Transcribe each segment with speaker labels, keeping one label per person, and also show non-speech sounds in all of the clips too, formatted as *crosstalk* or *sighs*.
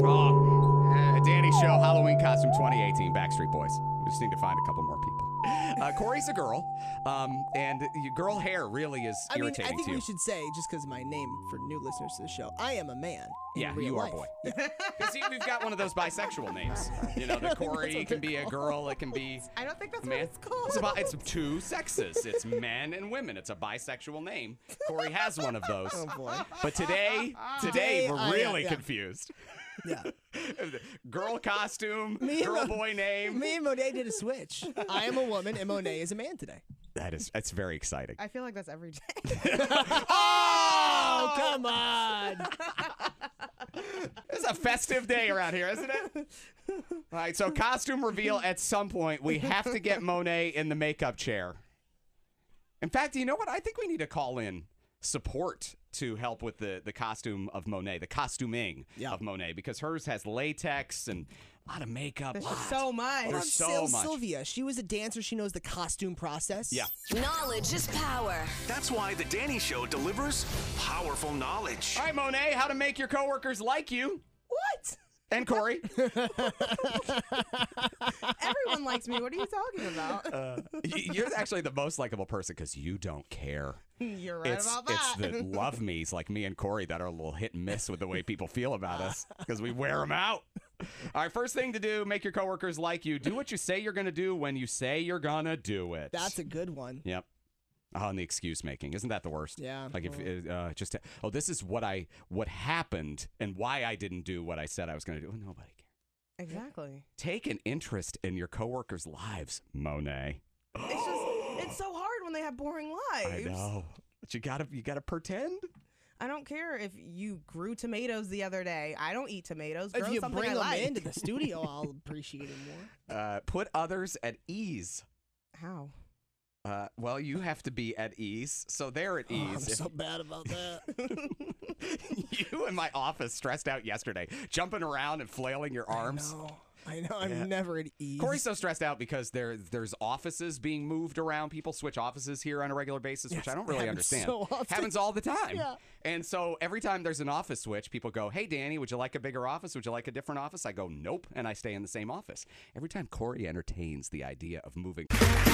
Speaker 1: Raw. Uh, Danny Show, Halloween Costume 2018, Backstreet Boys. We just need to find a couple more people. Uh, Corey's a girl, um, and y- girl hair really is
Speaker 2: I mean,
Speaker 1: irritating
Speaker 2: I think
Speaker 1: to you.
Speaker 2: we should say just because my name for new listeners to the show, I am a man. in
Speaker 1: yeah,
Speaker 2: real
Speaker 1: you are a
Speaker 2: life.
Speaker 1: boy. Because see, we've got one of those bisexual names. You
Speaker 2: *laughs*
Speaker 1: know, the
Speaker 2: don't think that's
Speaker 1: Corey
Speaker 2: what
Speaker 1: can
Speaker 2: they're
Speaker 1: be a girl, it can
Speaker 2: *laughs*
Speaker 1: be
Speaker 3: I don't think that's
Speaker 1: a
Speaker 3: what
Speaker 1: man.
Speaker 3: it's called.
Speaker 1: It's, about,
Speaker 3: *laughs*
Speaker 1: it's two sexes. It's men and women. It's a bisexual name. Corey has one of those.
Speaker 2: Oh boy.
Speaker 1: But
Speaker 2: *laughs*
Speaker 1: today, today
Speaker 2: Today,
Speaker 1: we're
Speaker 2: I, uh,
Speaker 1: really
Speaker 2: yeah.
Speaker 1: confused. *laughs*
Speaker 2: Yeah.
Speaker 1: girl costume,
Speaker 2: Me and
Speaker 1: girl
Speaker 2: Mo-
Speaker 1: boy name.
Speaker 2: Me and Monet did a switch. I am a woman and Monet is a man today.
Speaker 1: That is that's very exciting.
Speaker 3: I feel like that's
Speaker 1: *laughs*
Speaker 3: every day. *laughs*
Speaker 2: Oh, come on.
Speaker 3: *laughs*
Speaker 1: It's a festive day around here, isn't it? All right, so costume reveal at some point. We have to get Monet in the makeup chair. In fact, you know what? I think we need to call in support to help with the, the costume of Monet, the costuming
Speaker 2: Yeah.
Speaker 1: of Monet, because hers has latex and a lot of makeup.
Speaker 3: There's
Speaker 1: lot.
Speaker 3: just so much.
Speaker 1: There's so
Speaker 2: Sil-
Speaker 1: much.
Speaker 2: Sylvia, she was a dancer. She knows the costume process.
Speaker 1: Yeah.
Speaker 4: Knowledge is power.
Speaker 5: That's why The Danny Show delivers powerful knowledge.
Speaker 1: All right, Monet, how to make your coworkers like you
Speaker 3: What?
Speaker 1: and
Speaker 3: *laughs*
Speaker 1: Corey.
Speaker 3: Everyone likes me. What are you talking about?
Speaker 1: Uh, Y- You're actually the most likable person because you don't care.
Speaker 3: You're right
Speaker 1: it's,
Speaker 3: about that.
Speaker 1: It's the love me's like me and Corey that are a little hit and miss with the way people feel about us because we wear them out. All right, first thing to do, make your coworkers like you. Do what you say you're going to do when you say you're going to do it.
Speaker 2: That's a good one.
Speaker 1: Yep. Oh, and the excuse making isn't that the worst?
Speaker 2: Yeah. Mm-hmm.
Speaker 1: Like if uh, just oh, this is what I what happened and why I didn't do what I said I was going to do. Oh, Nobody cares.
Speaker 3: exactly.
Speaker 1: Take an interest in your coworkers' lives, Monet.
Speaker 3: It's just it's so hard when they have boring
Speaker 1: I
Speaker 3: lives.
Speaker 1: know, but you gotta you gotta pretend.
Speaker 3: I don't care if you grew tomatoes the other day. I don't eat tomatoes. Grow
Speaker 2: If you
Speaker 3: something
Speaker 2: bring
Speaker 3: I
Speaker 2: them
Speaker 3: like. *laughs*
Speaker 2: into the studio, I'll appreciate it more.
Speaker 1: Uh, put others at ease.
Speaker 3: How?
Speaker 1: Uh, well, you have to be at ease, so they're at
Speaker 2: Oh, I'm
Speaker 1: ease.
Speaker 2: so bad about that.
Speaker 1: *laughs* you in my office stressed out yesterday, jumping around and flailing your arms.
Speaker 2: No, I know. I'm never at ease.
Speaker 1: Corey's so stressed out because there there's offices being moved around. People switch offices here on a regular basis, which I don't really
Speaker 2: happens
Speaker 1: understand.
Speaker 2: so often.
Speaker 1: Happens all the time.
Speaker 2: Yeah.
Speaker 1: And so every time there's an office switch, people go, "Hey, Danny, would you like a bigger office? Would you like a different office?" I go, "Nope," and I stay in the same office. Every time Corey entertains the idea of moving, *laughs*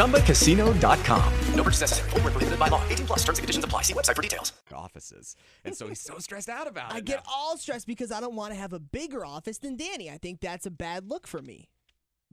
Speaker 6: ChumbaCasino.com. No purchase necessary. Void where prohibited by law. 18 plus terms and conditions apply. See website for details.
Speaker 1: offices, and so he's so stressed out about it.
Speaker 2: I get
Speaker 1: now.
Speaker 2: all stressed because I don't want to have a bigger office than Danny. I think that's a bad look for me.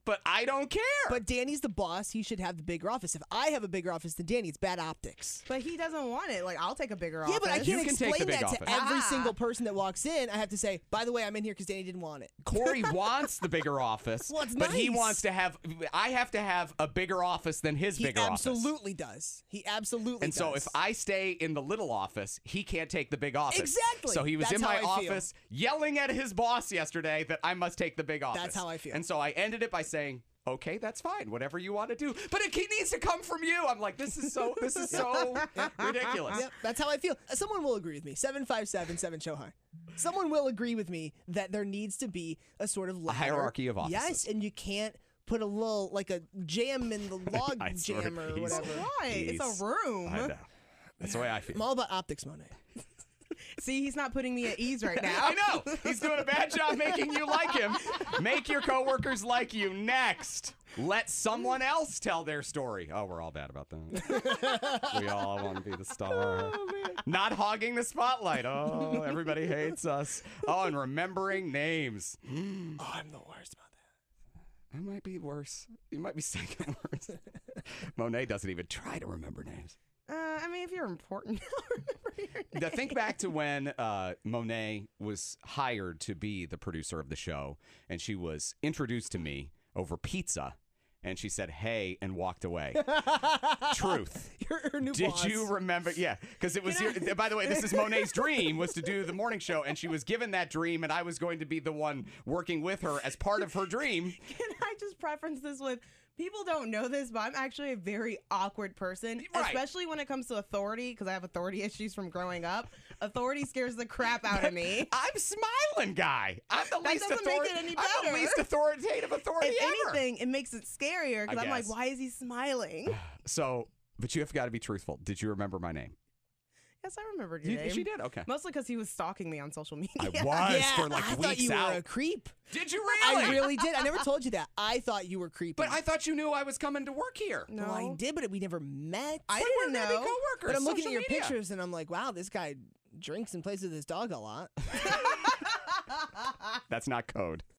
Speaker 1: but I don't care.
Speaker 2: But Danny's the boss. He should have the bigger office. If I have a bigger office than Danny, it's bad optics.
Speaker 3: But he doesn't want it. Like I'll take a bigger
Speaker 2: Yeah,
Speaker 3: office.
Speaker 2: but I
Speaker 1: You
Speaker 2: can't
Speaker 1: can take the
Speaker 2: explain
Speaker 1: big
Speaker 2: that
Speaker 1: office.
Speaker 2: to every
Speaker 3: Ah.
Speaker 2: single person that walks in. I have to say, by the way, I'm in here because Danny didn't want it.
Speaker 1: *laughs* Corey wants the bigger
Speaker 2: *laughs*
Speaker 1: office,
Speaker 2: Well, it's
Speaker 1: but he
Speaker 2: nice.
Speaker 1: wants to have. I have to have a bigger office than his
Speaker 2: He
Speaker 1: bigger office.
Speaker 2: absolutely does. He absolutely
Speaker 1: And
Speaker 2: does.
Speaker 1: so if I stay in the little office, he can't take the big office.
Speaker 2: Exactly.
Speaker 1: So he was in
Speaker 2: That's
Speaker 1: my
Speaker 2: how I feel.
Speaker 1: office yelling at his boss yesterday that I must take the big office.
Speaker 2: how I feel.
Speaker 1: And so I ended it by saying, "Okay, that's fine. Whatever you want to do, but it ke- needs to come from you." I'm like, "This is so. This is
Speaker 2: *laughs*
Speaker 1: so ridiculous."
Speaker 2: Yep, that's how I feel. Uh, Someone will agree with me. 7577 Show High. Someone will agree with me that there needs to be a sort of ladder.
Speaker 1: hierarchy of
Speaker 2: Yes,
Speaker 1: offices.
Speaker 2: and you can't put a little, like a jam
Speaker 1: *laughs*
Speaker 2: in the log
Speaker 1: I swear,
Speaker 2: jam or
Speaker 1: he's-
Speaker 2: whatever.
Speaker 3: Why?
Speaker 1: Jeez.
Speaker 3: It's a room.
Speaker 1: I know. That's the way I
Speaker 2: I'm
Speaker 1: feel.
Speaker 2: all about optics, Monet. *laughs*
Speaker 3: See, he's not putting me at ease right now.
Speaker 1: I know. He's doing a bad job making you like him. Make your coworkers like you next. Let someone else tell their story. Oh, we're all bad about that. we all want to be the star. Not hogging the spotlight. Oh, everybody hates us. Oh, and remembering names.
Speaker 2: Oh, I'm the worst about
Speaker 1: I
Speaker 2: that.
Speaker 1: might be worse. You might be second worst. Monet doesn't even try to remember names.
Speaker 3: Uh, I mean, if you're important, *laughs* I'll remember your name.
Speaker 1: Now
Speaker 3: *laughs*
Speaker 1: think back to when uh, Monet was hired to be the producer of the show, and she was introduced to me over pizza, and she said "Hey" and walked
Speaker 3: *laughs*
Speaker 1: away. Truth.
Speaker 2: Her, her new
Speaker 1: Did
Speaker 2: boss.
Speaker 1: you remember? Yeah, because it was. your, by the way, this is
Speaker 3: *laughs*
Speaker 1: Monet's dream was to do the morning show, and she was given that dream, and I was going to be the one working with her as part of her dream.
Speaker 3: Can I just preference this with people don't know this, but I'm actually a very awkward person,
Speaker 1: Right.
Speaker 3: especially when it comes to authority, because I have authority *laughs* issues from growing up. Authority scares the crap out of me.
Speaker 1: I'm smiling, guy. I'm the
Speaker 3: That
Speaker 1: least
Speaker 3: doesn't make
Speaker 1: authori-
Speaker 3: it any
Speaker 1: I'm the
Speaker 3: better.
Speaker 1: least authoritative authority
Speaker 3: If
Speaker 1: ever.
Speaker 3: anything, it makes it scarier because
Speaker 1: I
Speaker 3: I'm like,
Speaker 1: guess.
Speaker 3: why is he smiling?
Speaker 1: *sighs* So, but you have got to be truthful. Did you remember my name?
Speaker 3: Yes, I remembered your
Speaker 1: You,
Speaker 3: name.
Speaker 1: she did. Okay.
Speaker 3: Mostly because he was stalking me on social media.
Speaker 1: I was
Speaker 2: Yeah,
Speaker 1: for like
Speaker 2: I thought
Speaker 1: weeks
Speaker 2: you
Speaker 1: out.
Speaker 2: were a creep.
Speaker 1: Did you really?
Speaker 2: I really did. I
Speaker 1: *laughs*
Speaker 2: never told you that. I thought you were creepy.
Speaker 1: But I thought you knew I was coming to work here.
Speaker 3: *laughs* No.
Speaker 2: Well, I did, but we never met. But
Speaker 3: I didn't
Speaker 2: we're gonna be
Speaker 3: know.
Speaker 2: coworkers,
Speaker 1: But
Speaker 2: But I'm looking
Speaker 1: social
Speaker 2: at your
Speaker 1: media.
Speaker 2: pictures and I'm like, wow, this guy drinks and plays with his dog a lot.
Speaker 1: That's not code.